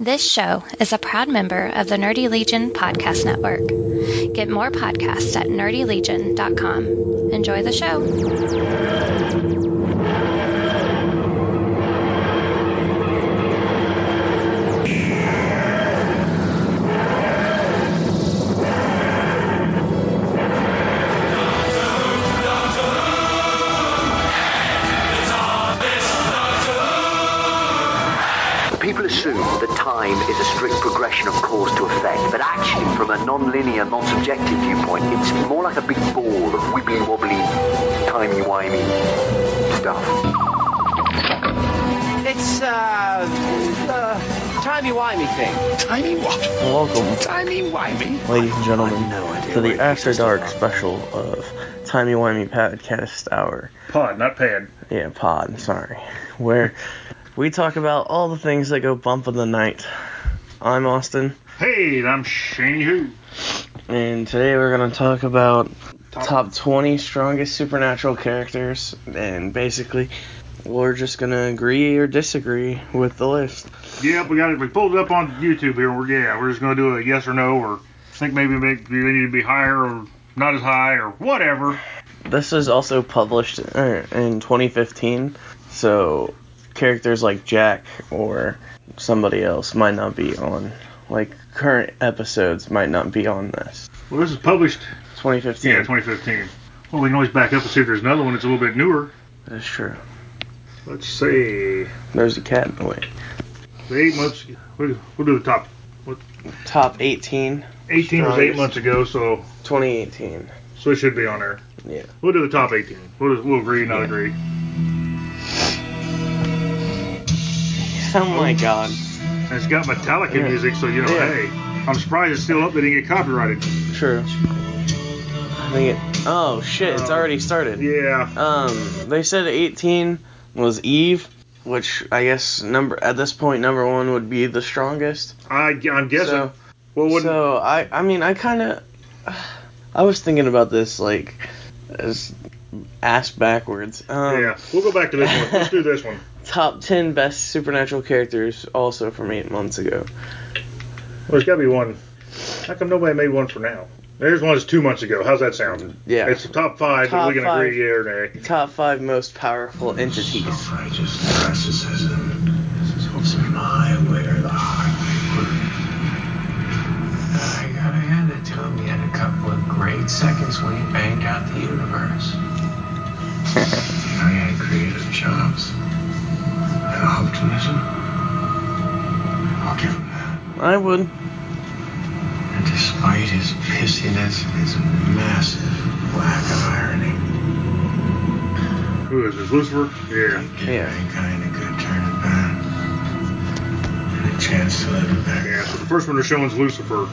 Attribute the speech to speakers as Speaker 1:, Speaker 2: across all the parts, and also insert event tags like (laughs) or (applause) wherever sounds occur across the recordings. Speaker 1: This show is a proud member of the Nerdy Legion Podcast Network. Get more podcasts at nerdylegion.com. Enjoy the show.
Speaker 2: People assume that time is a strict progression of cause to effect, but actually, from a non-linear, non-subjective viewpoint, it's more like a big ball of wibbly-wobbly, timey-wimey stuff.
Speaker 3: It's uh, uh timey-wimey thing.
Speaker 4: Timey what?
Speaker 5: Welcome,
Speaker 4: Timey wimey?
Speaker 5: ladies and gentlemen,
Speaker 2: No idea.
Speaker 5: to
Speaker 2: where
Speaker 5: the
Speaker 2: it
Speaker 5: After
Speaker 2: exists or
Speaker 5: Dark
Speaker 2: not.
Speaker 5: special of Timey Wimey Podcast Hour.
Speaker 6: Pod, not pad.
Speaker 5: Yeah, pod, sorry. Where we talk about all the things that go bump in the night. I'm Austin,
Speaker 6: Hey, I'm Shane Who.
Speaker 5: and today we're going to talk about top 20 strongest supernatural characters, and basically, we're just going to agree or disagree with the list.
Speaker 6: Yep, we got it. We pulled it up on YouTube here. We're yeah, we're just gonna do a yes or no, or think maybe make they need to be higher or not as high or whatever.
Speaker 5: This was also published er, in 2015, so characters like Jack or somebody else might not be on, like current episodes might not be on this.
Speaker 6: Well, this is published.
Speaker 5: 2015.
Speaker 6: Yeah, 2015. Well, we can always back up and see if there's another one that's a little bit newer.
Speaker 5: That's true.
Speaker 6: Let's see.
Speaker 5: There's a cat in the way.
Speaker 6: The eight months. We'll, we'll do the top.
Speaker 5: Top 18,
Speaker 6: 18 was
Speaker 5: Strongest.
Speaker 6: eight months ago, so
Speaker 5: 2018.
Speaker 6: so it should be on there.
Speaker 5: Yeah.
Speaker 6: We'll do the top 18. We'll, just- we'll agree, not agree.
Speaker 5: (laughs) Oh my god.
Speaker 6: And it's got Metallica
Speaker 5: Yeah.
Speaker 6: music, so you know,
Speaker 5: Yeah.
Speaker 6: hey, I'm surprised it's still up. They didn't get copyrighted.
Speaker 5: True. I think it. Oh shit, it's
Speaker 6: Oh.
Speaker 5: already started.
Speaker 6: Yeah.
Speaker 5: Um, they said 18 was Eve, which I guess number at this point number one would be the strongest.
Speaker 6: I, I'm guessing.
Speaker 5: so,
Speaker 6: well, wouldn't,
Speaker 5: so I I mean I kind of (sighs) I was thinking about this like as ass backwards. Um,
Speaker 6: yeah, we'll go back to this
Speaker 5: (laughs)
Speaker 6: one. Let's do this one.
Speaker 5: Top 10 best supernatural characters also from eight months ago.
Speaker 6: Well, there's got to be one. How come nobody made one for now? There's one that's two months ago. How's that sound?
Speaker 5: Yeah.
Speaker 6: It's the top five, but
Speaker 5: Top
Speaker 6: we can
Speaker 5: five.
Speaker 6: agree yeah or nay.
Speaker 5: Top five most powerful entities.
Speaker 7: Righteous asceticism holds my where the heart may work. I gotta hand it to him. He had a couple of great seconds when he banged out the universe. (laughs) I had creative jobs and optimism. I'll give him that.
Speaker 5: I would.
Speaker 7: And despite his pissiness, his massive lack of irony,
Speaker 6: Who is this? Lucifer? Yeah.
Speaker 7: Give
Speaker 5: Yeah.
Speaker 7: mankind a good turn at bat. And a chance to live it back.
Speaker 6: Yeah, so the first one they're showing is Lucifer.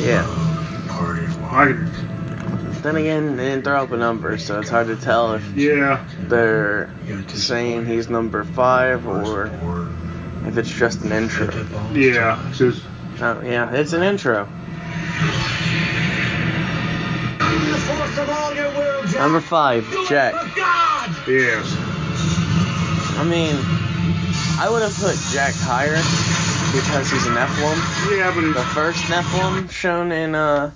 Speaker 5: Yeah.
Speaker 7: Parted
Speaker 6: I
Speaker 7: water.
Speaker 6: could,
Speaker 5: Then again, they didn't throw up a number, so it's hard to tell if
Speaker 6: yeah.
Speaker 5: they're
Speaker 7: You're just
Speaker 5: saying he's number five or
Speaker 7: bored.
Speaker 5: if it's just an intro.
Speaker 6: (laughs) Yeah. It says,
Speaker 5: Oh, yeah, it's an intro. Number five, Jack.
Speaker 6: yeah.
Speaker 5: I mean, I would have put Jack higher because he's a Nephilim.
Speaker 6: Yeah, but
Speaker 5: The
Speaker 6: it's.
Speaker 5: first Nephilim shown in uh,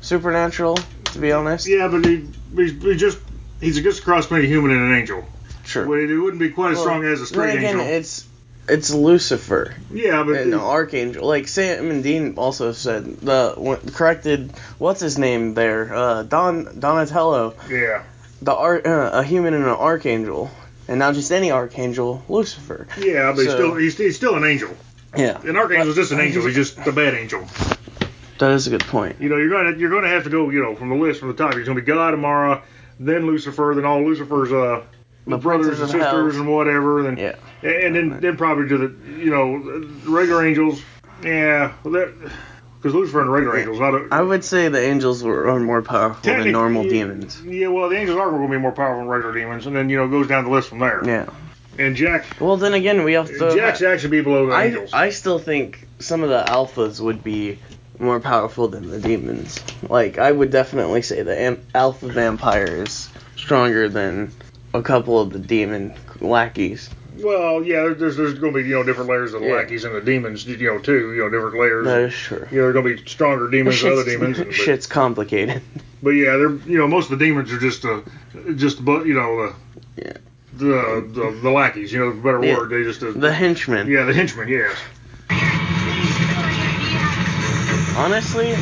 Speaker 5: Supernatural, to be honest.
Speaker 6: Yeah, but he, he, he just. He's just a cross between a human and an angel.
Speaker 5: Sure.
Speaker 6: Well, it wouldn't be quite as
Speaker 5: Well,
Speaker 6: strong as a straight
Speaker 5: then again,
Speaker 6: angel.
Speaker 5: it's it's Lucifer.
Speaker 6: yeah, but.
Speaker 5: an archangel. Like Sam and Dean also said, the when- corrected what's his name there, uh, Don Donatello,
Speaker 6: yeah.
Speaker 5: the ar- uh, a human and an archangel, and not just any archangel, Lucifer.
Speaker 6: Yeah, but he's,
Speaker 5: So-
Speaker 6: still, he's, he's still an angel.
Speaker 5: Yeah,
Speaker 6: An archangel's just an angel. He's just a bad angel.
Speaker 5: that is a good point.
Speaker 6: You know, you're gonna you're gonna have to go. You know, from the list from the top. He's gonna be God, Amara, then Lucifer, then all Lucifer's uh
Speaker 5: The
Speaker 6: brothers and
Speaker 5: princes of hell.
Speaker 6: sisters and whatever. Then
Speaker 5: Yeah,
Speaker 6: and then then probably do the you know the regular angels. Yeah, because Lucifer and the regular angels. I, don't,
Speaker 5: I would say the angels were are more powerful than
Speaker 6: Technic-
Speaker 5: normal
Speaker 6: yeah,
Speaker 5: demons.
Speaker 6: Yeah, well, the angels are going to be more powerful than regular demons, and then you know it goes down the list from there.
Speaker 5: Yeah.
Speaker 6: And Jack,
Speaker 5: Well, then again, we have to.
Speaker 6: Jack's actually be below the
Speaker 5: I
Speaker 6: angels.
Speaker 5: I still think some of the alphas would be more powerful than the demons. Like I would definitely say the am- alpha vampire is stronger than a couple of the demon lackeys.
Speaker 6: Well, yeah, there's there's going to be you know different layers of the
Speaker 5: Yeah.
Speaker 6: lackeys and the demons, you know, too. You know, different layers.
Speaker 5: That is true.
Speaker 6: You know, there's going to be stronger demons than other
Speaker 5: Shit's, (laughs)
Speaker 6: demons. and- but-
Speaker 5: shit's complicated.
Speaker 6: But yeah, they're you know most of the demons are just uh just but you know the
Speaker 5: Yeah.
Speaker 6: the, the the lackeys, you know, better
Speaker 5: Yeah.
Speaker 6: word. They just uh,
Speaker 5: The henchmen.
Speaker 6: yeah the henchmen. Yes.
Speaker 5: Honestly,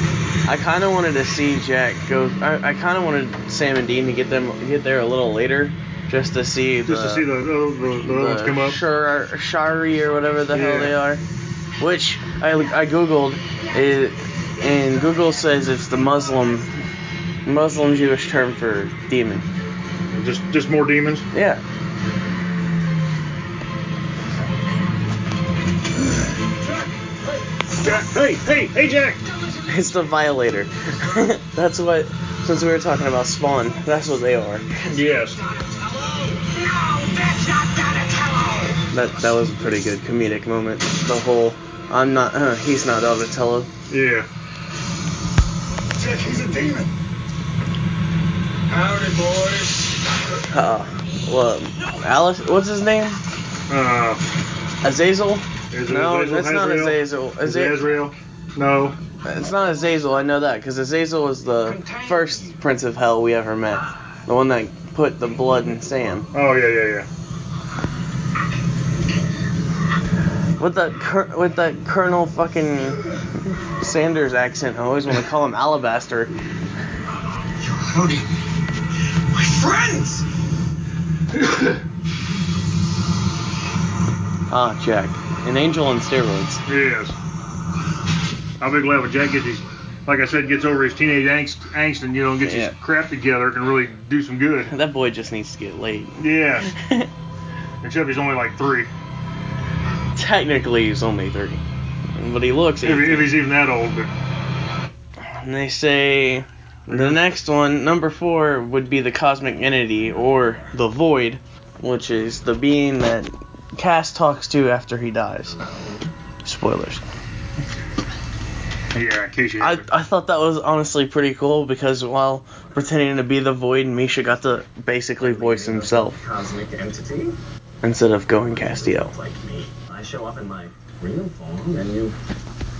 Speaker 5: I kind of wanted to see Jack go. I, I kind of wanted Sam and Dean to get them get there a little later, just to see the
Speaker 6: Just to see the the, the, the other ones come up.
Speaker 5: Shar- Shari or whatever the hell
Speaker 6: Yeah.
Speaker 5: they are, which I I googled, it, and Google says it's the Muslim Muslim Jewish term for demon.
Speaker 6: Just just more demons.
Speaker 5: Yeah.
Speaker 6: Jack, hey hey hey Jack.
Speaker 5: It's the violator. (laughs) that's what. Since we were talking about Spawn, that's what they are.
Speaker 6: Yes.
Speaker 5: That that was a pretty good comedic moment. The whole I'm not. Uh, he's not Donatello.
Speaker 6: Yeah.
Speaker 7: Jack, he's a demon. Howdy, boys.
Speaker 5: Uh, well, Alice. What's his name?
Speaker 6: Uh,
Speaker 5: Azazel.
Speaker 6: is it
Speaker 5: No,
Speaker 6: Azazel,
Speaker 5: that's not
Speaker 6: Hazrael?
Speaker 5: Azazel.
Speaker 6: Is
Speaker 5: Is
Speaker 6: it
Speaker 5: it?
Speaker 6: Azrael? No.
Speaker 5: It's not Azazel. I know that because Azazel was the first Prince of Hell we ever met. The one that put the blood in Sam.
Speaker 6: Oh yeah yeah yeah.
Speaker 5: With that cur- with that Colonel fucking Sanders accent, I always want to call him Alabaster.
Speaker 7: Howdy. My friends!
Speaker 5: Ah, Jack, an angel on steroids.
Speaker 6: Yes. I'll be glad when Jack gets his, like I said, gets over his teenage angst, angst and you know gets
Speaker 5: Yeah.
Speaker 6: his crap together can really do some good.
Speaker 5: That boy just needs to get laid. (laughs)
Speaker 6: Yeah. Except he's only like three.
Speaker 5: Technically, he's only three, but he looks.
Speaker 6: If,
Speaker 5: 18.
Speaker 6: if he's even that old, but
Speaker 5: And they say the next one, number four, would be the cosmic entity or the void, which is the being that Cass talks to after he dies. Spoilers.
Speaker 6: yeah, in case you.
Speaker 5: I,
Speaker 6: haven't.
Speaker 5: I thought that was honestly pretty cool because while pretending to be the void, Misha got to basically voice himself
Speaker 8: Cosmic entity
Speaker 5: instead of going Castiel.
Speaker 8: like me. I show up in my real form and you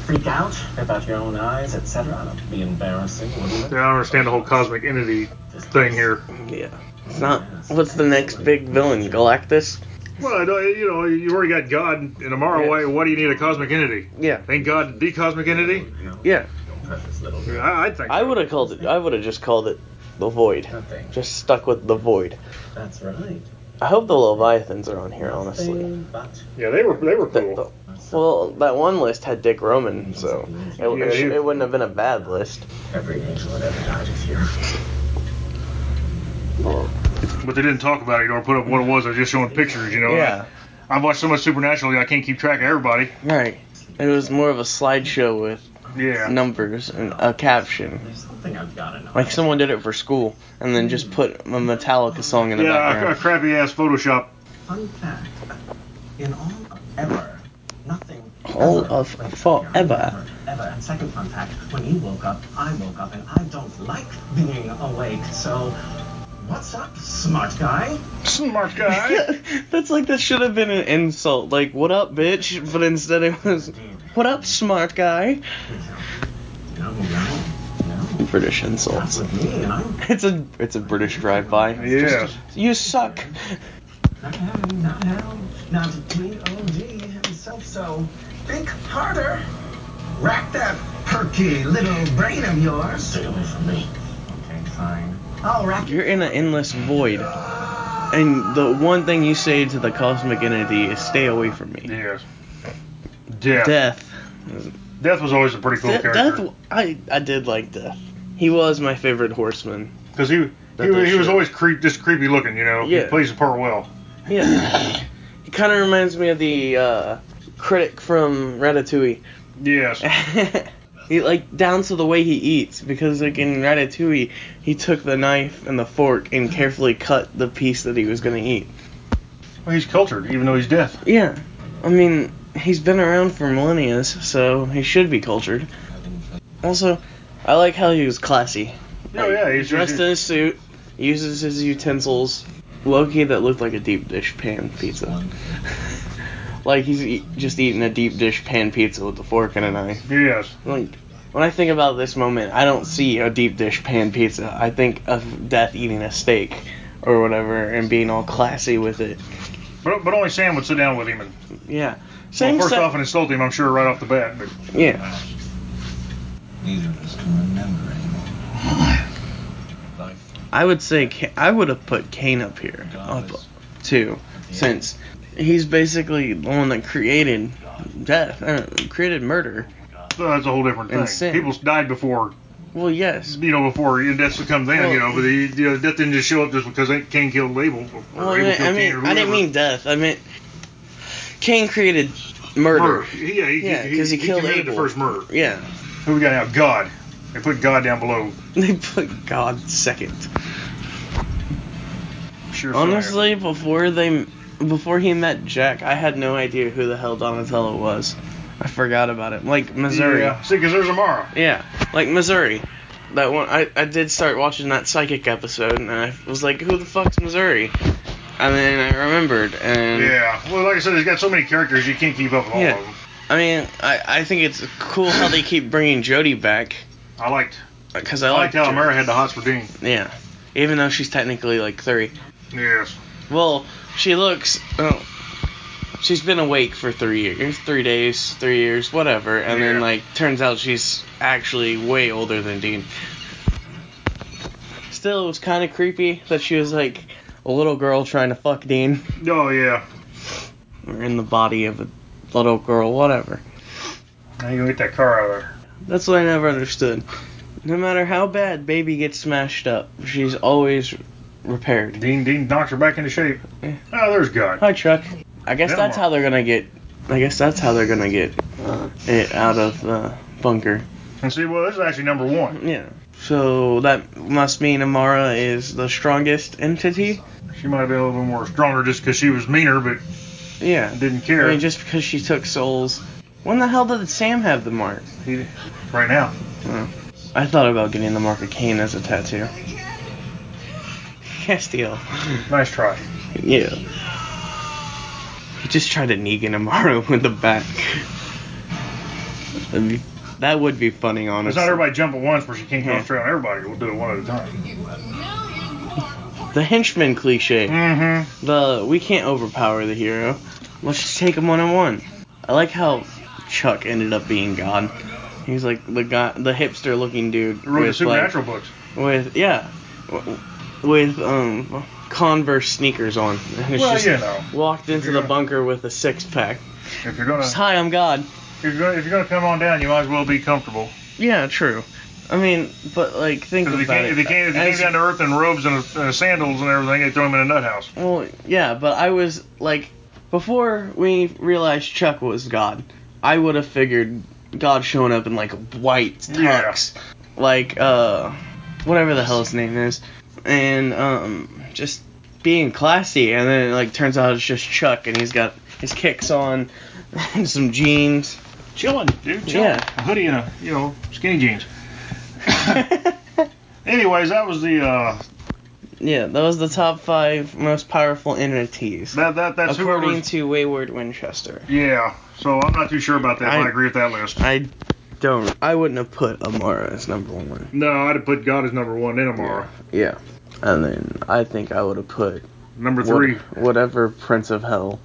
Speaker 8: freak out about your own eyes, etc. That would be embarrassing, wouldn't
Speaker 6: I
Speaker 8: it?
Speaker 6: don't understand the whole cosmic entity thing here.
Speaker 5: Yeah. It's not. What's the next big villain? Galactus?
Speaker 6: Well, I don't- you know, you already got God and Amara. Why, why do you need a cosmic entity?
Speaker 5: Yeah.
Speaker 6: Ain't God the cosmic entity?
Speaker 5: Yeah.
Speaker 8: Precious little
Speaker 6: I, I think.
Speaker 5: I
Speaker 6: so.
Speaker 5: would have called it. I would have just called it the void.
Speaker 8: nothing.
Speaker 5: Just stuck with the void.
Speaker 8: That's right.
Speaker 5: I hope the Leviathans are on here, honestly.
Speaker 8: Nothing but
Speaker 6: Yeah, they were they were
Speaker 5: The-
Speaker 6: cool.
Speaker 5: the- well, that one list had Dick Roman, so it, it, sh- it wouldn't have been a bad list.
Speaker 8: every angel that ever died is here.
Speaker 6: But they didn't talk about it or put up what it was. They're just showing pictures, you know. I, have watched so much Supernatural, I can't keep track of everybody.
Speaker 5: right. It was more of a slideshow with
Speaker 6: Yeah.
Speaker 5: numbers and a caption.
Speaker 8: There's something I've gotta know.
Speaker 5: Like someone did it for school, and then just put a Metallica song in the
Speaker 6: Yeah, a, a
Speaker 5: background.
Speaker 6: crappy ass Photoshop.
Speaker 8: Fun fact. In all of ever, nothing.
Speaker 5: All
Speaker 8: ever
Speaker 5: of
Speaker 8: went
Speaker 5: forever.
Speaker 8: down, Ever. And second fun fact, when you woke up, I woke up, and I don't like being awake. So, what's up, smart guy?
Speaker 6: Smart
Speaker 5: (laughs)
Speaker 6: guy. (laughs)
Speaker 5: That's like that should have been an insult. Like, what up, bitch? But instead it was, what up, smart guy?
Speaker 8: No, no, no.
Speaker 5: British insults.
Speaker 8: That's with me, and I'm
Speaker 5: It's a it's a British drive-by.
Speaker 6: yeah.
Speaker 5: You suck.
Speaker 8: not having, not having, not G-O-D himself. So, think harder. Rack that perky little brain of yours. Stay away from me. Okay, fine. I'll rack
Speaker 5: You're in an endless void. And the one thing you say to the cosmic entity is stay away from me.
Speaker 6: Yes. Death. Death.
Speaker 5: Death.
Speaker 6: was always a pretty cool
Speaker 5: Death,
Speaker 6: character.
Speaker 5: Death- I I did like Death. He was my favorite horseman.
Speaker 6: Because he,
Speaker 5: That
Speaker 6: he,
Speaker 5: they
Speaker 6: he was
Speaker 5: should.
Speaker 6: always creep, just creepy looking, you know.
Speaker 5: Yeah.
Speaker 6: He plays the part well.
Speaker 5: Yeah. he kind of reminds me of the uh, critic from Ratatouille. (laughs)
Speaker 6: Yes.
Speaker 5: he like down to the way he eats because like in Ratatouille, he took the knife and the fork and carefully cut the piece that he was gonna eat.
Speaker 6: Well, he's cultured, even though he's deaf.
Speaker 5: Yeah. I mean, he's been around for millennia, so he should be cultured. Also, I like how he was classy.
Speaker 6: Oh, yeah. He's
Speaker 5: Dressed
Speaker 6: he's-
Speaker 5: in a suit, uses his utensils, Loki that looked like a deep dish pan pizza. (laughs) Like he's e- just eating a deep dish pan pizza with a fork and a knife.
Speaker 6: Yes.
Speaker 5: Like when I think about this moment, I don't see a deep dish pan pizza. I think of death eating a steak or whatever and being all classy with it.
Speaker 6: But, but only Sam would sit down with him and
Speaker 5: Yeah. Same
Speaker 6: well, first
Speaker 5: se-
Speaker 6: off and insult him, I'm sure, right off the bat. But
Speaker 5: Yeah.
Speaker 7: Neither of us can remember anymore. Life
Speaker 5: I would say Ca- I would have put Kane up here, up too, since he's basically the one that created death, uh, created murder.
Speaker 6: so uh, that's a whole different
Speaker 5: And
Speaker 6: thing.
Speaker 5: sin.
Speaker 6: People's died before,
Speaker 5: Well, yes.
Speaker 6: you know, before death comes in, you know, but the, you know, death didn't just show up just because they Cain killed Abel. Or
Speaker 5: Well, I
Speaker 6: Abel
Speaker 5: mean,
Speaker 6: killed
Speaker 5: I,
Speaker 6: Cain or
Speaker 5: mean, I didn't
Speaker 6: whoever.
Speaker 5: mean death. I meant Kane created murder.
Speaker 6: murder. Yeah, he,
Speaker 5: Yeah,
Speaker 6: he,
Speaker 5: 'cause he killed
Speaker 6: committed
Speaker 5: Abel.
Speaker 6: the first murder.
Speaker 5: Yeah. (laughs)
Speaker 6: Who we got now? God. They put God down below.
Speaker 5: They put God second.
Speaker 6: Sure.
Speaker 5: Honestly, before they, before he met Jack, I had no idea who the hell Donatello was. I forgot about him. Like Missouri.
Speaker 6: Yeah. See, because there's Amara.
Speaker 5: Yeah, like Missouri. That one, I, I did start watching that psychic episode, and I was like, who the fuck's Missouri? And then I remembered, and
Speaker 6: Yeah. Well, like I said, he's got so many characters you can't keep up with all
Speaker 5: Yeah.
Speaker 6: of them.
Speaker 5: I mean, I, I think it's cool how they keep bringing Jody back,
Speaker 6: I liked.
Speaker 5: because I,
Speaker 6: I liked
Speaker 5: like
Speaker 6: how
Speaker 5: Jody.
Speaker 6: Amara had the hots for Dean.
Speaker 5: Yeah, even though she's technically like 30.
Speaker 6: Yes.
Speaker 5: Well, she looks, oh, she's been awake for three years, three days, three years, whatever, and then
Speaker 6: Yeah.
Speaker 5: like turns out she's actually way older than Dean. Still, it was kind of creepy that she was like a little girl trying to fuck Dean,
Speaker 6: Oh yeah.
Speaker 5: or in the body of a little girl, whatever.
Speaker 6: Now you gonna get that car out of there.
Speaker 5: That's what I never understood. No matter how bad baby gets smashed up, she's always repaired.
Speaker 6: Dean Dean knocks her back into shape.
Speaker 5: Yeah.
Speaker 6: Oh, there's God.
Speaker 5: Hi, Chuck. I guess
Speaker 6: Yeah,
Speaker 5: that's
Speaker 6: Mark.
Speaker 5: how they're gonna get. I guess that's how they're gonna get uh, it out of the bunker.
Speaker 6: And see, well, this is actually number one.
Speaker 5: Yeah. So that must mean Amara is the strongest entity.
Speaker 6: She might have been a little more stronger just because she was meaner, but
Speaker 5: Yeah.
Speaker 6: didn't
Speaker 5: I
Speaker 6: care.
Speaker 5: mean, just because she took souls. When the hell did Sam have the mark?
Speaker 6: He- right now.
Speaker 5: I thought about getting the mark of Cain as a tattoo. (laughs) Castiel.
Speaker 6: Nice try.
Speaker 5: Yeah. He just tried to Negan Amara (laughs) with the back. That'd be- That would be funny, honestly.
Speaker 6: It's not everybody jump at once where she can't
Speaker 5: Yeah.
Speaker 6: concentrate on everybody. We'll do it one at a time.
Speaker 5: The henchman cliche.
Speaker 6: Mm-hmm.
Speaker 5: The we can't overpower the hero. Let's just take him one on one. I like how Chuck ended up being God. He's like the guy, the hipster looking dude
Speaker 6: Wrote the
Speaker 5: with like,
Speaker 6: supernatural books.
Speaker 5: with yeah, w- with um Converse sneakers on. (laughs) And it's
Speaker 6: Well,
Speaker 5: just
Speaker 6: you know.
Speaker 5: walked into the bunker with a six pack.
Speaker 6: If you're gonna
Speaker 5: Just, Hi, I'm God.
Speaker 6: if you're gonna if you're gonna come on down, you might as well be comfortable.
Speaker 5: Yeah, true. I mean, but like think
Speaker 6: Because
Speaker 5: about
Speaker 6: if he came,
Speaker 5: it.
Speaker 6: if he came, if he came
Speaker 5: As-
Speaker 6: down to earth in robes and uh, sandals and everything, they throw him in a nut house.
Speaker 5: Well, yeah, but I was like, before we realized Chuck was God, I would have figured God showing up in like white
Speaker 6: Yeah.
Speaker 5: tux, like uh, whatever the hell his name is, and um, just being classy. And then it, like turns out it's just Chuck, and he's got his kicks on, (laughs) and some jeans.
Speaker 6: Chilling, dude. Chilling.
Speaker 5: Yeah.
Speaker 6: A hoodie and a you know skinny jeans. (laughs) Anyways, that was the uh
Speaker 5: Yeah, that was the top five most powerful entities,
Speaker 6: that that that's
Speaker 5: according
Speaker 6: whoever's
Speaker 5: to Wayward Winchester.
Speaker 6: yeah. So I'm not too sure about that. if
Speaker 5: I-
Speaker 6: I agree with that list.
Speaker 5: I don't. I wouldn't have put Amara as number one.
Speaker 6: No, I'd have put God as number one, then Amara.
Speaker 5: Yeah. And then I think I would have put
Speaker 6: Number
Speaker 5: what-
Speaker 6: three.
Speaker 5: whatever Prince of Hell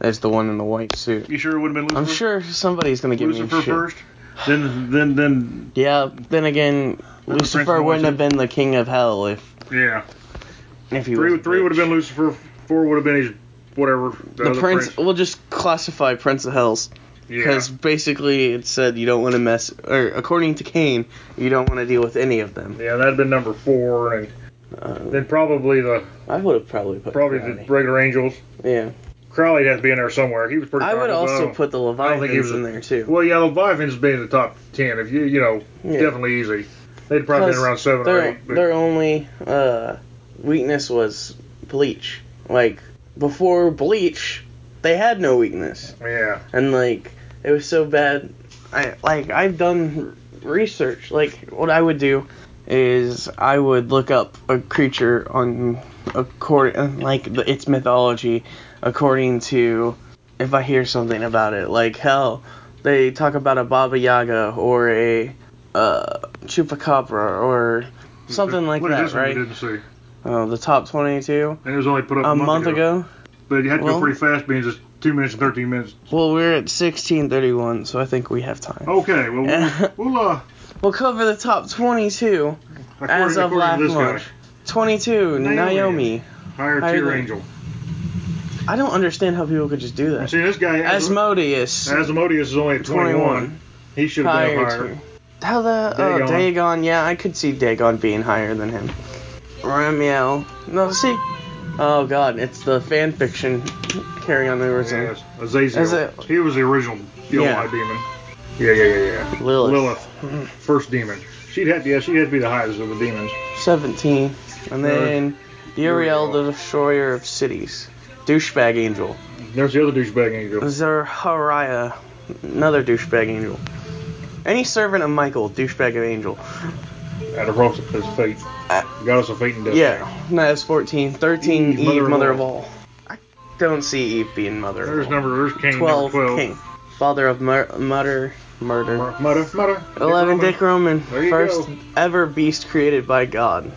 Speaker 5: as the one in the white suit.
Speaker 6: You sure it would have been Lucifer?
Speaker 5: I'm sure somebody's gonna give
Speaker 6: Lucifer
Speaker 5: me shit.
Speaker 6: first. Then then then
Speaker 5: Yeah. Then again,
Speaker 6: Prince of
Speaker 5: Lucifer
Speaker 6: the White
Speaker 5: wouldn't have
Speaker 6: Suit.
Speaker 5: been the king of hell if
Speaker 6: yeah.
Speaker 5: if he
Speaker 6: Three
Speaker 5: was
Speaker 6: three would have been Lucifer. Four would have been his whatever. The,
Speaker 5: the
Speaker 6: other
Speaker 5: prince. We'll just classify Prince of Hell's
Speaker 6: Yeah.
Speaker 5: because basically it said you don't want to mess, or according to Cain, you don't want to deal with any of them.
Speaker 6: Yeah, that'd been number four, and
Speaker 5: Uh,
Speaker 6: then probably the
Speaker 5: I would have probably put
Speaker 6: probably the
Speaker 5: Crowley.
Speaker 6: regular angels.
Speaker 5: yeah.
Speaker 6: Crowley'd have to be in there somewhere. He was pretty.
Speaker 5: I would
Speaker 6: powerful, but
Speaker 5: also
Speaker 6: don't-
Speaker 5: put the
Speaker 6: I don't think he
Speaker 5: Leviathans
Speaker 6: was-
Speaker 5: in there too.
Speaker 6: Well, yeah, Leviathan's been in the top ten. If you you know,
Speaker 5: Yeah.
Speaker 6: definitely easy. They'd probably been
Speaker 5: Plus,
Speaker 6: around seven or
Speaker 5: their,
Speaker 6: eight. But
Speaker 5: their only uh, weakness was bleach. Like before bleach, they had no weakness,
Speaker 6: yeah,
Speaker 5: and like it was so bad. I like I've done r- research. Like what I would do is I would look up a creature on according like the, its mythology according to if I hear something about it. Like hell, they talk about a Baba Yaga or a uh, Chupacabra or something like
Speaker 6: What is
Speaker 5: that,
Speaker 6: this one we
Speaker 5: right?
Speaker 6: Didn't see.
Speaker 5: Oh, the top twenty-two
Speaker 6: And it was only put up
Speaker 5: a month ago.
Speaker 6: But you had to
Speaker 5: Well-
Speaker 6: go pretty fast, being just two minutes and thirteen minutes.
Speaker 5: Well, we're at sixteen thirty-one, so I think we have time.
Speaker 6: Okay, well,
Speaker 5: (laughs)
Speaker 6: we'll, we'll uh,
Speaker 5: We'll cover the top twenty-two.
Speaker 6: according,
Speaker 5: As of
Speaker 6: according
Speaker 5: last
Speaker 6: to this
Speaker 5: month. Twenty-two,
Speaker 6: Naomi.
Speaker 5: Naomi.
Speaker 6: guy, higher
Speaker 5: Higher
Speaker 6: tier
Speaker 5: than-
Speaker 6: angel.
Speaker 5: I don't understand how people could just do that.
Speaker 6: See, this guy, As-
Speaker 5: Asmodeus.
Speaker 6: Asmodeus, is only at 21.
Speaker 5: 21.
Speaker 6: He should have been
Speaker 5: Higher
Speaker 6: up higher.
Speaker 5: tier. How the Dagon.
Speaker 6: Dagon.
Speaker 5: Oh, Dagon? Yeah, I could see Dagon being higher than him. Ramiel. No, see. Oh God, it's the fan fiction carrying on the original.
Speaker 6: Yes, Azazel.
Speaker 5: Is it-
Speaker 6: He was the original Yellow
Speaker 5: Yeah.
Speaker 6: Eye demon. Yeah, yeah, yeah, yeah.
Speaker 5: Lilith.
Speaker 6: Lilith, first demon. She'd have to, yeah, she'd have to be the highest of the demons.
Speaker 5: Seventeen, and then Uriel,
Speaker 6: Uriel.
Speaker 5: the destroyer of cities. Douchebag angel.
Speaker 6: There's the other douchebag angel.
Speaker 5: Zerhariah, another douchebag angel. Any servant of Michael, douchebag of angel.
Speaker 6: At a cross of his fate. Goddess of fate and death.
Speaker 5: Uh, Yeah, that is 14. 13,
Speaker 6: Eve,
Speaker 5: Eve,
Speaker 6: mother
Speaker 5: mother,
Speaker 6: of
Speaker 5: of all. I don't see Eve being mother of
Speaker 6: There's
Speaker 5: all.
Speaker 6: number, there's king,
Speaker 5: 12,
Speaker 6: number 12.
Speaker 5: King. Father of mur- murder, murder.
Speaker 6: Mudder, mudder.
Speaker 5: 11, Dick Roman.
Speaker 6: There you
Speaker 5: First
Speaker 6: go.
Speaker 5: ever beast created by God.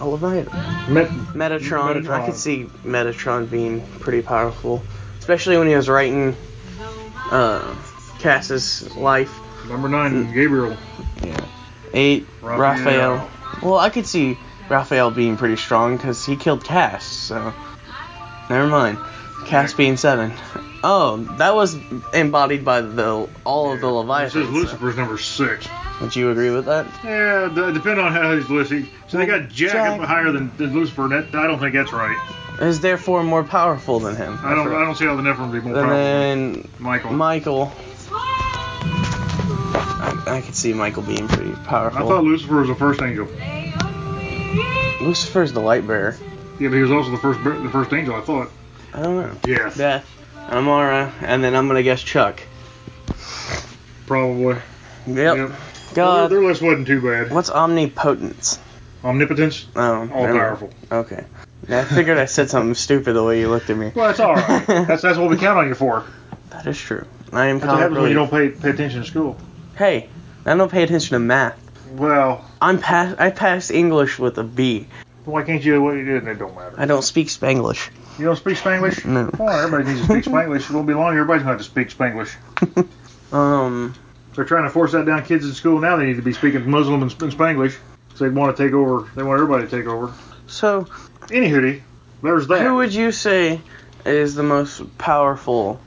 Speaker 5: I love that.
Speaker 6: Met,
Speaker 5: Metatron. I
Speaker 6: Metatron.
Speaker 5: could see Metatron being pretty powerful. Especially when he was writing uh, Cass's life.
Speaker 6: number
Speaker 5: Mm.
Speaker 6: nine, Gabriel.
Speaker 5: 8,
Speaker 6: Raphael.
Speaker 5: Raphael. Well, I could see Raphael being pretty strong because he killed Cass, so. Never mind. Cass being 7. Oh, that was embodied by the all of the
Speaker 6: This is
Speaker 5: Leviathans. so-
Speaker 6: Lucifer's number six.
Speaker 5: Would you agree with that?
Speaker 6: Yeah, d- depending on how he's listed. So they got Jack,
Speaker 5: Jack.
Speaker 6: up higher than, than Lucifer. That, I don't think that's right.
Speaker 5: Is therefore more powerful than him.
Speaker 6: I don't. I don't see how the Nephilim would be
Speaker 5: And
Speaker 6: more powerful. than
Speaker 5: then uh,
Speaker 6: Michael.
Speaker 5: Michael. I, I could see Michael being pretty
Speaker 6: I thought
Speaker 5: powerful.
Speaker 6: Lucifer was the first angel.
Speaker 5: Lucifer's the light bearer.
Speaker 6: Yeah, but he was also the first the first angel. I thought.
Speaker 5: I don't know.
Speaker 6: Yes.
Speaker 5: Death, Amara, and then I'm gonna guess Chuck.
Speaker 6: Probably.
Speaker 5: Yep.
Speaker 6: Yep. Well,
Speaker 5: God.
Speaker 6: their, their list wasn't too bad.
Speaker 5: What's omnipotence?
Speaker 6: Omnipotence,
Speaker 5: Oh,
Speaker 6: all
Speaker 5: never-
Speaker 6: powerful.
Speaker 5: Okay. Yeah, I figured I said something stupid the way you looked at me.
Speaker 6: Well, that's
Speaker 5: (laughs)
Speaker 6: all right. that's that's what we count on you for.
Speaker 5: That is true. I am
Speaker 6: That's what happens when
Speaker 5: probably.
Speaker 6: you don't pay pay attention in school.
Speaker 5: Hey, I don't pay attention to math.
Speaker 6: Well,
Speaker 5: I'm pass. I passed English with a B.
Speaker 6: why can't you? What you did, it don't matter.
Speaker 5: I don't speak Spanglish.
Speaker 6: You don't speak Spanglish?
Speaker 5: No.
Speaker 6: Come on, everybody needs to speak Spanglish. It won't be long. Everybody's going to have to speak Spanglish.
Speaker 5: Um.
Speaker 6: They're trying to force that down kids in school now. They need to be speaking Muslim and Sp- and Spanglish. So they want to take over. They want everybody to take over.
Speaker 5: So,
Speaker 6: Anywho, there's that.
Speaker 5: who would you say is the most powerful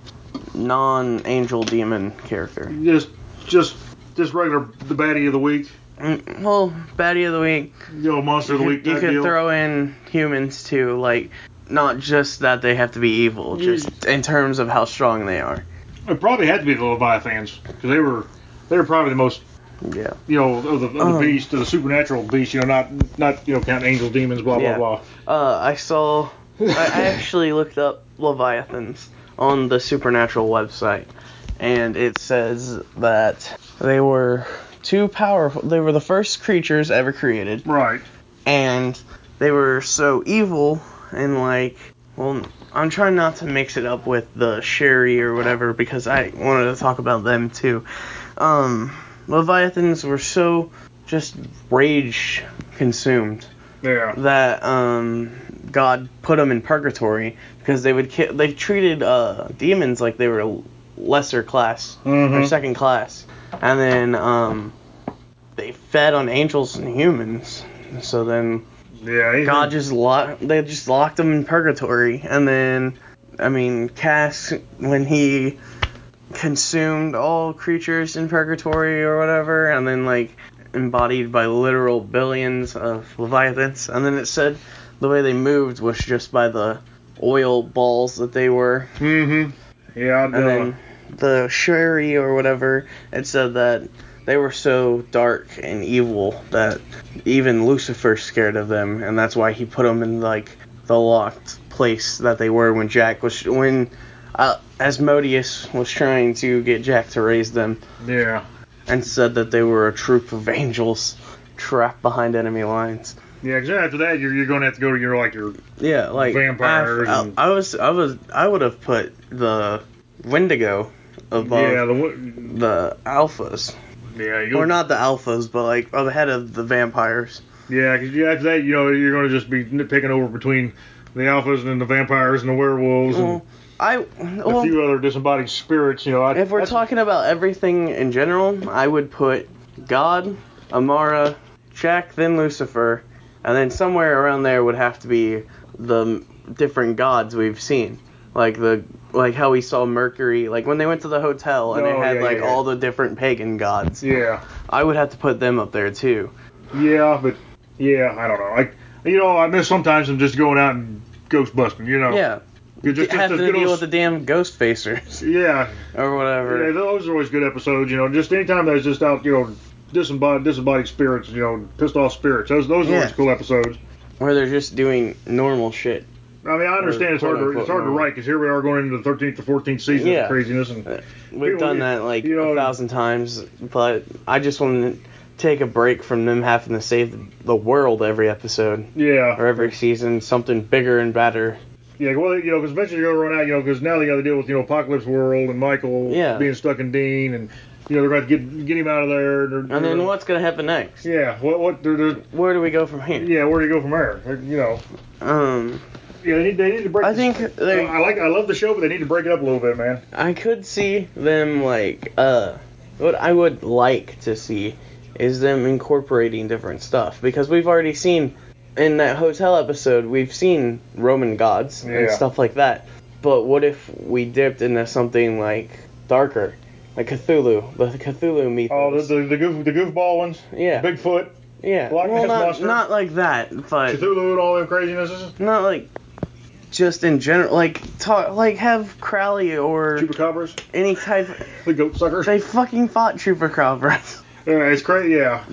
Speaker 5: non-angel demon character?
Speaker 6: just, just, just regular the baddie of the week.
Speaker 5: Mm, Well, baddie of the week.
Speaker 6: You know, monster of the
Speaker 5: You
Speaker 6: week. type
Speaker 5: could
Speaker 6: deal.
Speaker 5: throw in humans too, like not just that they have to be evil,
Speaker 6: You-
Speaker 5: just in terms of how strong they are.
Speaker 6: It probably had to be the Leviathans because they were they were probably the most
Speaker 5: Yeah.
Speaker 6: you know of the, of the
Speaker 5: Um.
Speaker 6: beast of the supernatural beast. You know, not not you know count angels, demons, blah blah
Speaker 5: Yeah.
Speaker 6: blah.
Speaker 5: Uh, I saw. I I actually looked up leviathans on the supernatural website, and it says that they were too powerful. They were the first creatures ever created,
Speaker 6: Right.
Speaker 5: and they were so evil and like. Well, I'm trying not to mix it up with the Sherry or whatever because I wanted to talk about them too. Um, leviathans were so just rage consumed
Speaker 6: Yeah.
Speaker 5: that um, God put them in purgatory because they would ki- they treated uh, demons like they were a lesser class or
Speaker 6: Mhm.
Speaker 5: second class, and then um, they fed on angels and humans. So then
Speaker 6: Yeah. anything-
Speaker 5: God just locked they just locked them in purgatory, and then I mean Cass when he consumed all creatures in purgatory or whatever, and then like embodied by literal billions of leviathans, and then it said the way they moved was just by the oil balls that they were,
Speaker 6: Mm-hmm. Yeah. I'd,
Speaker 5: and
Speaker 6: uh,
Speaker 5: then the sherry or whatever. It said that. They were so dark and evil that even Lucifer's scared of them, and that's why he put them in like the locked place that they were when Jack was when uh, Asmodeus was trying to get Jack to raise them,
Speaker 6: yeah.
Speaker 5: and said that they were a troop of angels trapped behind enemy lines.
Speaker 6: Yeah, because after that, you're, you're going to have to go to your, like, your.
Speaker 5: Yeah, like
Speaker 6: Vampires
Speaker 5: I, I,
Speaker 6: and-
Speaker 5: I was, I was, I would have put the Wendigo above
Speaker 6: Yeah, the.
Speaker 5: the,
Speaker 6: one-
Speaker 5: alphas,
Speaker 6: Yeah, you'll,
Speaker 5: or not the alphas, but like ahead of the vampires.
Speaker 6: Yeah, because after that, you know, you're going to just be picking over between the alphas and the vampires and the werewolves and
Speaker 5: Well, I
Speaker 6: a
Speaker 5: well,
Speaker 6: few other disembodied spirits. You know, I,
Speaker 5: if we're
Speaker 6: that's-
Speaker 5: talking about everything in general, I would put God, Amara, Jack, then Lucifer, and then somewhere around there would have to be the different gods we've seen. Like the like how we saw Mercury, like when they went to the hotel and
Speaker 6: Oh,
Speaker 5: they had
Speaker 6: yeah,
Speaker 5: like
Speaker 6: yeah, yeah.
Speaker 5: all the different pagan gods.
Speaker 6: Yeah,
Speaker 5: I would have to put them up there too.
Speaker 6: yeah, but yeah, I don't know. Like, you know, I miss sometimes I'm just going out and ghost busting. You know,
Speaker 5: Yeah,
Speaker 6: You Oh. just, just
Speaker 5: have
Speaker 6: those
Speaker 5: to
Speaker 6: good
Speaker 5: deal with
Speaker 6: old-
Speaker 5: the damn ghost facers (laughs)
Speaker 6: yeah,
Speaker 5: or
Speaker 6: yeah,
Speaker 5: whatever.
Speaker 6: those are always good episodes. You know, just anytime there's just out, you know, disembodied disembodied spirits, you know, pissed off spirits. Those those are
Speaker 5: Yeah.
Speaker 6: always cool episodes.
Speaker 5: Where they're just doing normal shit.
Speaker 6: I mean, I understand it's hard to,
Speaker 5: quote-unquote
Speaker 6: it's hard to
Speaker 5: normal.
Speaker 6: write because here we are going into the 13th to 14th season
Speaker 5: Yeah.
Speaker 6: of craziness and.
Speaker 5: We've
Speaker 6: People,
Speaker 5: done
Speaker 6: you-
Speaker 5: that like
Speaker 6: you know-
Speaker 5: a thousand times, but I just want to take a break from them having to save the world every episode
Speaker 6: Yeah.
Speaker 5: or every season, something bigger and better.
Speaker 6: Yeah, well, you know, because eventually you're gonna run out, you know, because now they got to deal with you know Apocalypse World and Michael
Speaker 5: Yeah.
Speaker 6: being stuck in Dean, and you know they're going to get get him out of there.
Speaker 5: And then what's gonna happen next?
Speaker 6: Mm-hmm. Yeah, what what they're, they're
Speaker 5: Where do we go from here?
Speaker 6: yeah, where do you go from there? They're, you know,
Speaker 5: Um,
Speaker 6: yeah, they need, they need to break.
Speaker 5: I
Speaker 6: this-
Speaker 5: think they-
Speaker 6: I like I love the show, but they need to break it up a little bit, man.
Speaker 5: I could see them like uh, what I would like to see is them incorporating different stuff because we've already seen in that hotel episode we've seen Roman gods and
Speaker 6: Yeah.
Speaker 5: stuff like that. But what if we dipped into something like darker, like Cthulhu, the Cthulhu mythos?
Speaker 6: Oh, the the, the, goof, the goofball ones,
Speaker 5: yeah,
Speaker 6: Bigfoot,
Speaker 5: yeah.
Speaker 6: Loch
Speaker 5: Well,
Speaker 6: Ness
Speaker 5: not
Speaker 6: Monster.
Speaker 5: not like that, but
Speaker 6: Cthulhu, and all them crazinesses,
Speaker 5: not like just in general. Like talk, like have Crowley or
Speaker 6: chupacabras,
Speaker 5: any type.
Speaker 6: the goat suckers.
Speaker 5: They fucking fought Chupacabra.
Speaker 6: Yeah, it's crazy. Yeah,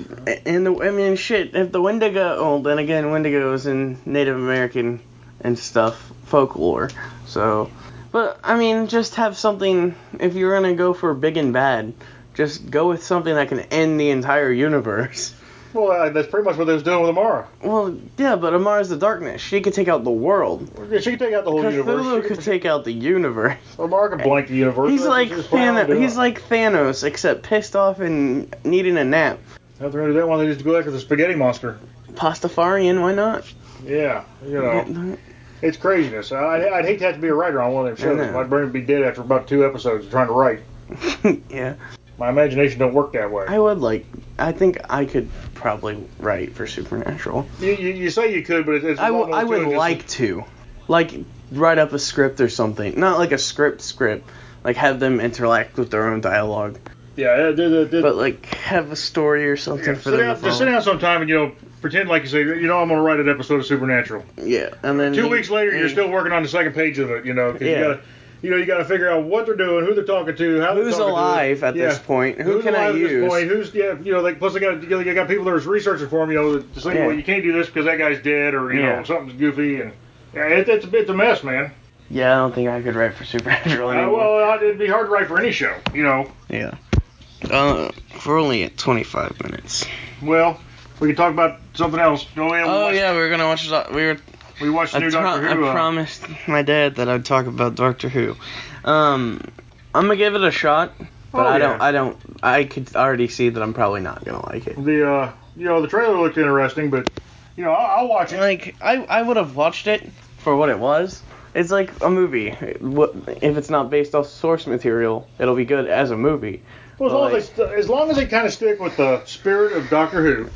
Speaker 5: And the I mean shit, if the Wendigo oh then again Wendigo is in Native American and stuff folklore. So but I mean just have something if you're gonna go for big and bad, just go with something that can end the entire universe. (laughs)
Speaker 6: well, uh, that's pretty much what they was doing with Amara.
Speaker 5: Well, yeah, but Amara's the darkness. She could take out the world.
Speaker 6: Yeah, She could take out the whole
Speaker 5: Cthulhu
Speaker 6: universe. She
Speaker 5: could
Speaker 6: could-
Speaker 5: take out the universe.
Speaker 6: Amara could blank the universe.
Speaker 5: He's
Speaker 6: That's
Speaker 5: like
Speaker 6: just what I'm
Speaker 5: Thanos,
Speaker 6: doing.
Speaker 5: he's like Thanos, except pissed off and needing a nap.
Speaker 6: After they do that one, they just go after the spaghetti monster.
Speaker 5: Pastafarian, why not?
Speaker 6: Yeah, you know, it's craziness. I, I'd hate to have to be a writer on one of them
Speaker 5: I
Speaker 6: shows.
Speaker 5: know.
Speaker 6: My brain would be dead after about two episodes of trying to write.
Speaker 5: (laughs) yeah.
Speaker 6: My imagination don't work that way.
Speaker 5: I would like. I think I could probably write for Supernatural.
Speaker 6: You, you, you say you could, but it's, it's
Speaker 5: I,
Speaker 6: a lot
Speaker 5: w-
Speaker 6: more
Speaker 5: I would
Speaker 6: to it.
Speaker 5: like to, like write up a script or something. Not like a script script. Like have them interact with their own dialogue,
Speaker 6: Yeah, it- it- it- it-
Speaker 5: but like have a story or something for
Speaker 6: sit
Speaker 5: them
Speaker 6: down,
Speaker 5: to
Speaker 6: just sit
Speaker 5: follow.
Speaker 6: down sometime and you know pretend like you say you know I'm gonna write an episode of Supernatural.
Speaker 5: Yeah, and then
Speaker 6: Two
Speaker 5: they-
Speaker 6: weeks later, you're
Speaker 5: they-
Speaker 6: still working on the second page of it. You know, 'cause
Speaker 5: Yeah.
Speaker 6: you gotta. You know, you got to figure out what they're doing, who they're talking to, how they're
Speaker 5: Who's
Speaker 6: talking to them.
Speaker 5: alive at this
Speaker 6: Yeah.
Speaker 5: point? Who
Speaker 6: Who's
Speaker 5: can I
Speaker 6: alive at this
Speaker 5: use?
Speaker 6: point? Who's yeah? You know, like plus I got you, know, you got people that are researching for him. You know, that just like,
Speaker 5: Yeah.
Speaker 6: well, you can't do this because that guy's dead or you
Speaker 5: Yeah.
Speaker 6: know something's goofy and yeah, it, it's a bit a mess, man.
Speaker 5: Yeah, I don't think I could write for Supernatural
Speaker 6: Uh,
Speaker 5: anymore.
Speaker 6: well, uh, it'd be hard to write for any show, you know.
Speaker 5: yeah. Uh, we're only at 25 minutes.
Speaker 6: Well, we can talk about something else. Oh yeah, we
Speaker 5: Oh
Speaker 6: watched,
Speaker 5: yeah, we were gonna watch. the- We were
Speaker 6: we watched the
Speaker 5: I,
Speaker 6: new
Speaker 5: pro-
Speaker 6: Doctor
Speaker 5: I
Speaker 6: Who. uh,
Speaker 5: promised my dad that I'd talk about Doctor Who. Um, I'm gonna give it a shot, but
Speaker 6: Oh,
Speaker 5: I
Speaker 6: yeah.
Speaker 5: don't. I don't. I could already see that I'm probably not gonna like it.
Speaker 6: The uh, you know, the trailer looked interesting, but you know, I'll, I'll watch it.
Speaker 5: Like I, I would have watched it for what it was. It's like a movie. It- what- If it's not based off source material, it'll be good as a movie.
Speaker 6: Well, as, long as, they, st- as long as they kind of stick with the spirit of Doctor Who,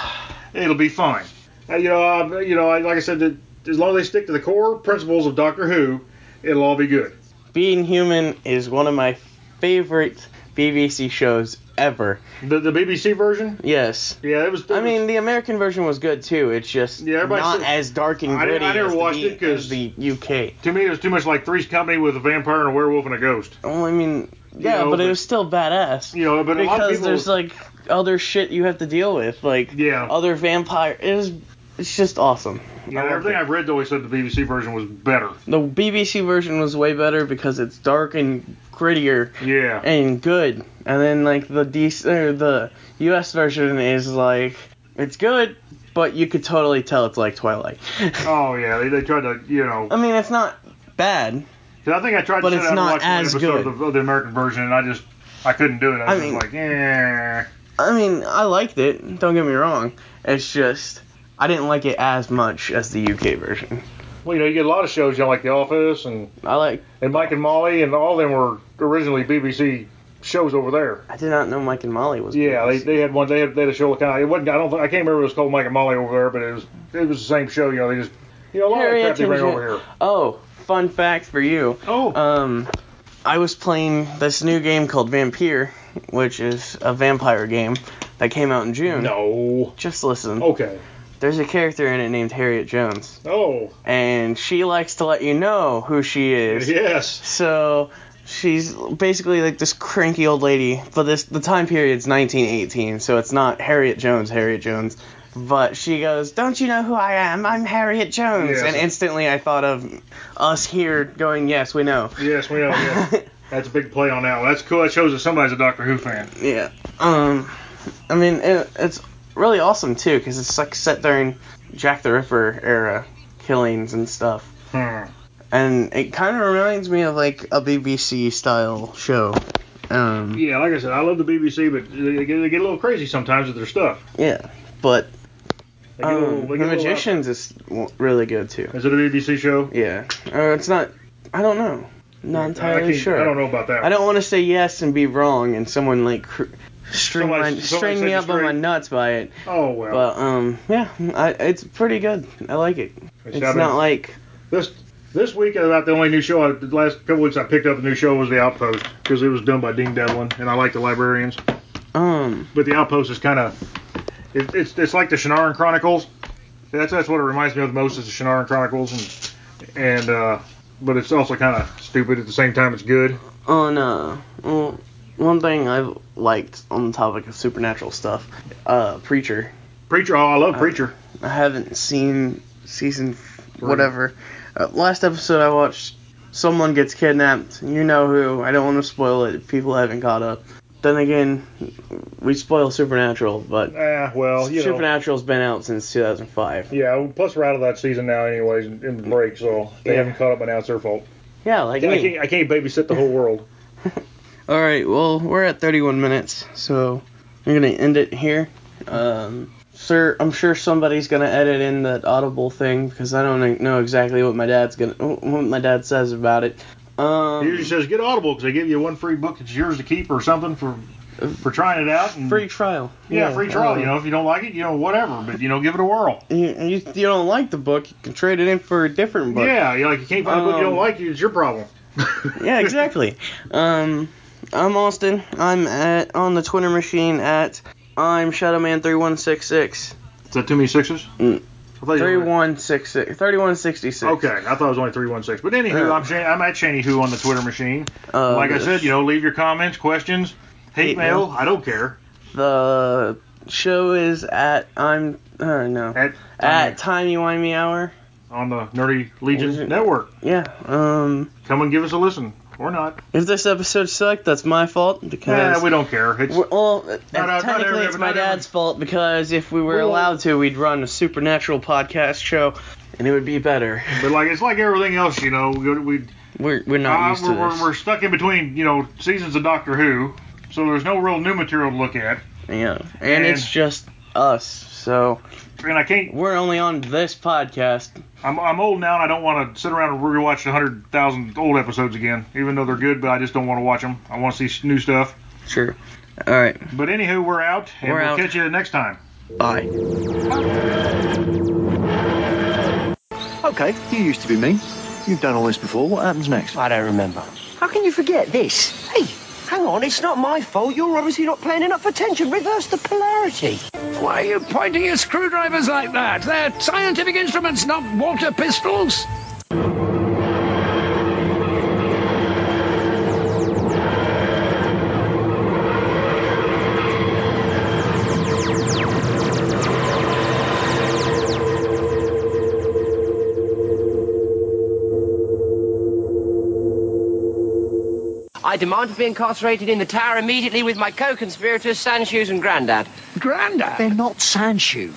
Speaker 6: (sighs) it'll be fine. Uh, you know, uh, you know, I- like I said, that as long as they stick to the core principles of Doctor Who, it'll all be good.
Speaker 5: Being Human is one of my favorite BBC shows ever.
Speaker 6: The, the BBC version,
Speaker 5: Yes.
Speaker 6: yeah, it was.
Speaker 5: I mean, the American version was good too. It's just
Speaker 6: Yeah, everybody
Speaker 5: not
Speaker 6: said-
Speaker 5: as dark and
Speaker 6: I didn't-
Speaker 5: gritty
Speaker 6: I never
Speaker 5: as, the
Speaker 6: watched
Speaker 5: B-
Speaker 6: it 'cause-
Speaker 5: as the UK.
Speaker 6: to me, it was too much like Three's Company with a vampire and a werewolf and a ghost.
Speaker 5: Well, I mean, yeah,
Speaker 6: know,
Speaker 5: but, it
Speaker 6: but-
Speaker 5: was still badass.
Speaker 6: You know, but a lot of
Speaker 5: because
Speaker 6: people-
Speaker 5: there's like other shit you have to deal with, like
Speaker 6: Yeah.
Speaker 5: other vampire. It was, it's just awesome.
Speaker 6: Yeah,
Speaker 5: I loved
Speaker 6: everything
Speaker 5: it.
Speaker 6: I've read always said the BBC version was better.
Speaker 5: The BBC version was way better because it's dark and grittier
Speaker 6: Yeah,
Speaker 5: and good, and then like the DC or the US version is like it's good, but you could totally tell it's like Twilight. (laughs)
Speaker 6: Oh yeah, they, they tried to you know.
Speaker 5: I mean, it's not bad.
Speaker 6: Cause I think I tried
Speaker 5: Um, But
Speaker 6: to sit
Speaker 5: it's
Speaker 6: down
Speaker 5: not
Speaker 6: and watch
Speaker 5: as
Speaker 6: one episode
Speaker 5: good.
Speaker 6: of the, of the American version, and I just I couldn't do it. I
Speaker 5: I
Speaker 6: was
Speaker 5: mean-
Speaker 6: just like, eh.
Speaker 5: I mean, I liked it. Don't get me wrong. It's just I didn't like it as much as the UK version.
Speaker 6: Well, you know, you get a lot of shows, you know, like The Office and
Speaker 5: I like.
Speaker 6: and Mike and Molly, and all of them were originally BBC shows over there.
Speaker 5: I did not know Mike and Molly was.
Speaker 6: Yeah, they,
Speaker 5: BBC.
Speaker 6: they had one. They had, they had a show kind of. It wasn't. I don't. think- I can't remember. if It was called Mike and Molly over there, but it was it was the same show. You know, they just you know a lot
Speaker 5: Harriet
Speaker 6: of crap they bring
Speaker 5: and
Speaker 6: over here.
Speaker 5: Oh, fun fact for you.
Speaker 6: Oh.
Speaker 5: Um, I was playing this new game called Vampire, which is a vampire game that came out in June.
Speaker 6: No. Oh.
Speaker 5: Just listen.
Speaker 6: Okay.
Speaker 5: There's a character in it named Harriet Jones,
Speaker 6: Oh.
Speaker 5: and she likes to let you know who she is.
Speaker 6: Yes.
Speaker 5: So she's basically like this cranky old lady, but this the time period's 1918, so it's not Harriet Jones, Harriet Jones. But she goes, "Don't you know who I am? I'm Harriet Jones."
Speaker 6: Yes.
Speaker 5: And instantly I thought of us here going, "Yes, we know."
Speaker 6: Yes. We know. Yes.
Speaker 5: (laughs)
Speaker 6: That's a big play on that one. That's cool. That shows that somebody's a Doctor Who fan.
Speaker 5: Yeah. Um I mean, it, it's really awesome too cuz it's like set during Jack the Ripper era killings and stuff.
Speaker 6: Hmm.
Speaker 5: And it kind of reminds me of like a BBC style show. Um
Speaker 6: Yeah, like I said, I love the BBC, but they get, they get a little crazy sometimes with their stuff.
Speaker 5: Yeah, but
Speaker 6: They get a little-
Speaker 5: um, The
Speaker 6: they get a little
Speaker 5: Magicians is w- really good too.
Speaker 6: out- Is it a BBC show?
Speaker 5: Yeah, uh, it's not. I don't know. Not
Speaker 6: I
Speaker 5: entirely
Speaker 6: can't-
Speaker 5: sure.
Speaker 6: I don't know about that.
Speaker 5: I don't want to say yes and be wrong, and someone like cr- string
Speaker 6: Somebody-
Speaker 5: my,
Speaker 6: somebody
Speaker 5: string
Speaker 6: said
Speaker 5: me
Speaker 6: to
Speaker 5: up on my
Speaker 6: string-
Speaker 5: nuts by it.
Speaker 6: Oh well.
Speaker 5: But um, yeah, I, it's pretty good. I like it.
Speaker 6: It's
Speaker 5: It's,
Speaker 6: happening.
Speaker 5: not like
Speaker 6: This this week about the only new show I, the last couple weeks I picked up a new show was The Outpost because it was done by Dean Devlin and I like the librarians.
Speaker 5: um.
Speaker 6: But The Outpost is kind of it, it's it's like the Shannara Chronicles. That's that's what it reminds me of the most is the Shannara Chronicles and and uh, but it's also kind of stupid at the same time it's good.
Speaker 5: on uh well, one thing I've liked on the topic of supernatural stuff, uh, Preacher.
Speaker 6: Preacher, oh I love Preacher.
Speaker 5: I haven't seen season f- whatever. Uh, last episode I watched, someone gets kidnapped. You know who. I don't want to spoil it. if People haven't caught up. Then again, we spoil Supernatural, but
Speaker 6: Ah well you know.
Speaker 5: Supernatural's been out since 2005.
Speaker 6: Yeah, well, plus we're out of that season now, anyways, in in the break, so they
Speaker 5: Yeah.
Speaker 6: haven't caught up, and now it's their fault.
Speaker 5: Yeah, like
Speaker 6: I
Speaker 5: me.
Speaker 6: can't, I can't babysit the whole world.
Speaker 5: All right, well we're at 31 minutes, so I'm gonna end it here. Um, sir, I'm sure somebody's gonna edit in that audible thing because I don't e-, know exactly what my dad's gonna what my dad says about it. Um,
Speaker 6: He usually says get Audible because they give you one free book that's yours to keep or something for for trying it out. And,
Speaker 5: free trial.
Speaker 6: yeah, free trial.
Speaker 5: um,
Speaker 6: you know, if you don't like it, you know, whatever, but you know, give it a whirl.
Speaker 5: You, you, you don't like the book, you can trade it in for a different book.
Speaker 6: yeah, you like you can't find a book you don't
Speaker 5: um,
Speaker 6: like, it's your problem.
Speaker 5: (laughs) Yeah, exactly. um, I'm Austin. I'm at on the Twitter machine at I'm Shadowman3166.
Speaker 6: Is that too many sixes?
Speaker 5: Mm.
Speaker 6: I thought you were-
Speaker 5: 3166. 3166.
Speaker 6: Okay, I thought it was only three one six. But anywho,
Speaker 5: Yeah.
Speaker 6: I'm Shane, I'm at Shaney Who on the Twitter machine.
Speaker 5: Uh,
Speaker 6: like I said, you know, leave your comments, questions, hate,
Speaker 5: Hate
Speaker 6: mail,
Speaker 5: mail.
Speaker 6: I don't care.
Speaker 5: The show is at I'm. Uh, no.
Speaker 6: At,
Speaker 5: At Timey Wimey Hour.
Speaker 6: on the Nerdy Legion
Speaker 5: Legion.
Speaker 6: Network.
Speaker 5: Yeah. Um.
Speaker 6: Come and give us a listen. Or not.
Speaker 5: If this episode sucked, that's my fault because
Speaker 6: Nah, we don't care. It's
Speaker 5: Well,
Speaker 6: No, no, not
Speaker 5: uh, technically,
Speaker 6: every-
Speaker 5: it's my
Speaker 6: not every-
Speaker 5: dad's fault because if we were
Speaker 6: Well-
Speaker 5: allowed to, we'd run a supernatural podcast show, and it would be better.
Speaker 6: But like it's like everything else, you know. We, we
Speaker 5: We're, we're not
Speaker 6: uh,
Speaker 5: used to
Speaker 6: we're, we're,
Speaker 5: this.
Speaker 6: we're stuck in between, you know, seasons of Doctor Who, so there's no real new material to look at,
Speaker 5: yeah, and it's
Speaker 6: and-
Speaker 5: just us, so
Speaker 6: and I can't.
Speaker 5: we're only on this podcast.
Speaker 6: I'm, I'm old now, and I don't want to sit around and rewatch a hundred thousand old episodes again, even though they're good. But I just don't want to watch them. I want to see s- new stuff.
Speaker 5: Sure. All right.
Speaker 6: But anywho, we're out, and
Speaker 5: We're
Speaker 6: we'll
Speaker 5: out.
Speaker 6: catch you next time.
Speaker 5: Bye.
Speaker 2: Okay, you used to be me. You've done all this before. What happens next?
Speaker 3: I don't remember.
Speaker 9: How can you forget this? Hey, hang on, it's not my fault. You're obviously not playing enough attention. Reverse the polarity.
Speaker 8: Why are you pointing your screwdrivers like that? They're scientific instruments, not water pistols.
Speaker 9: I demand to be incarcerated in the tower immediately with my co-conspirators, Sanshoes and Grandad.
Speaker 8: Grandad.
Speaker 9: not Sanshoes.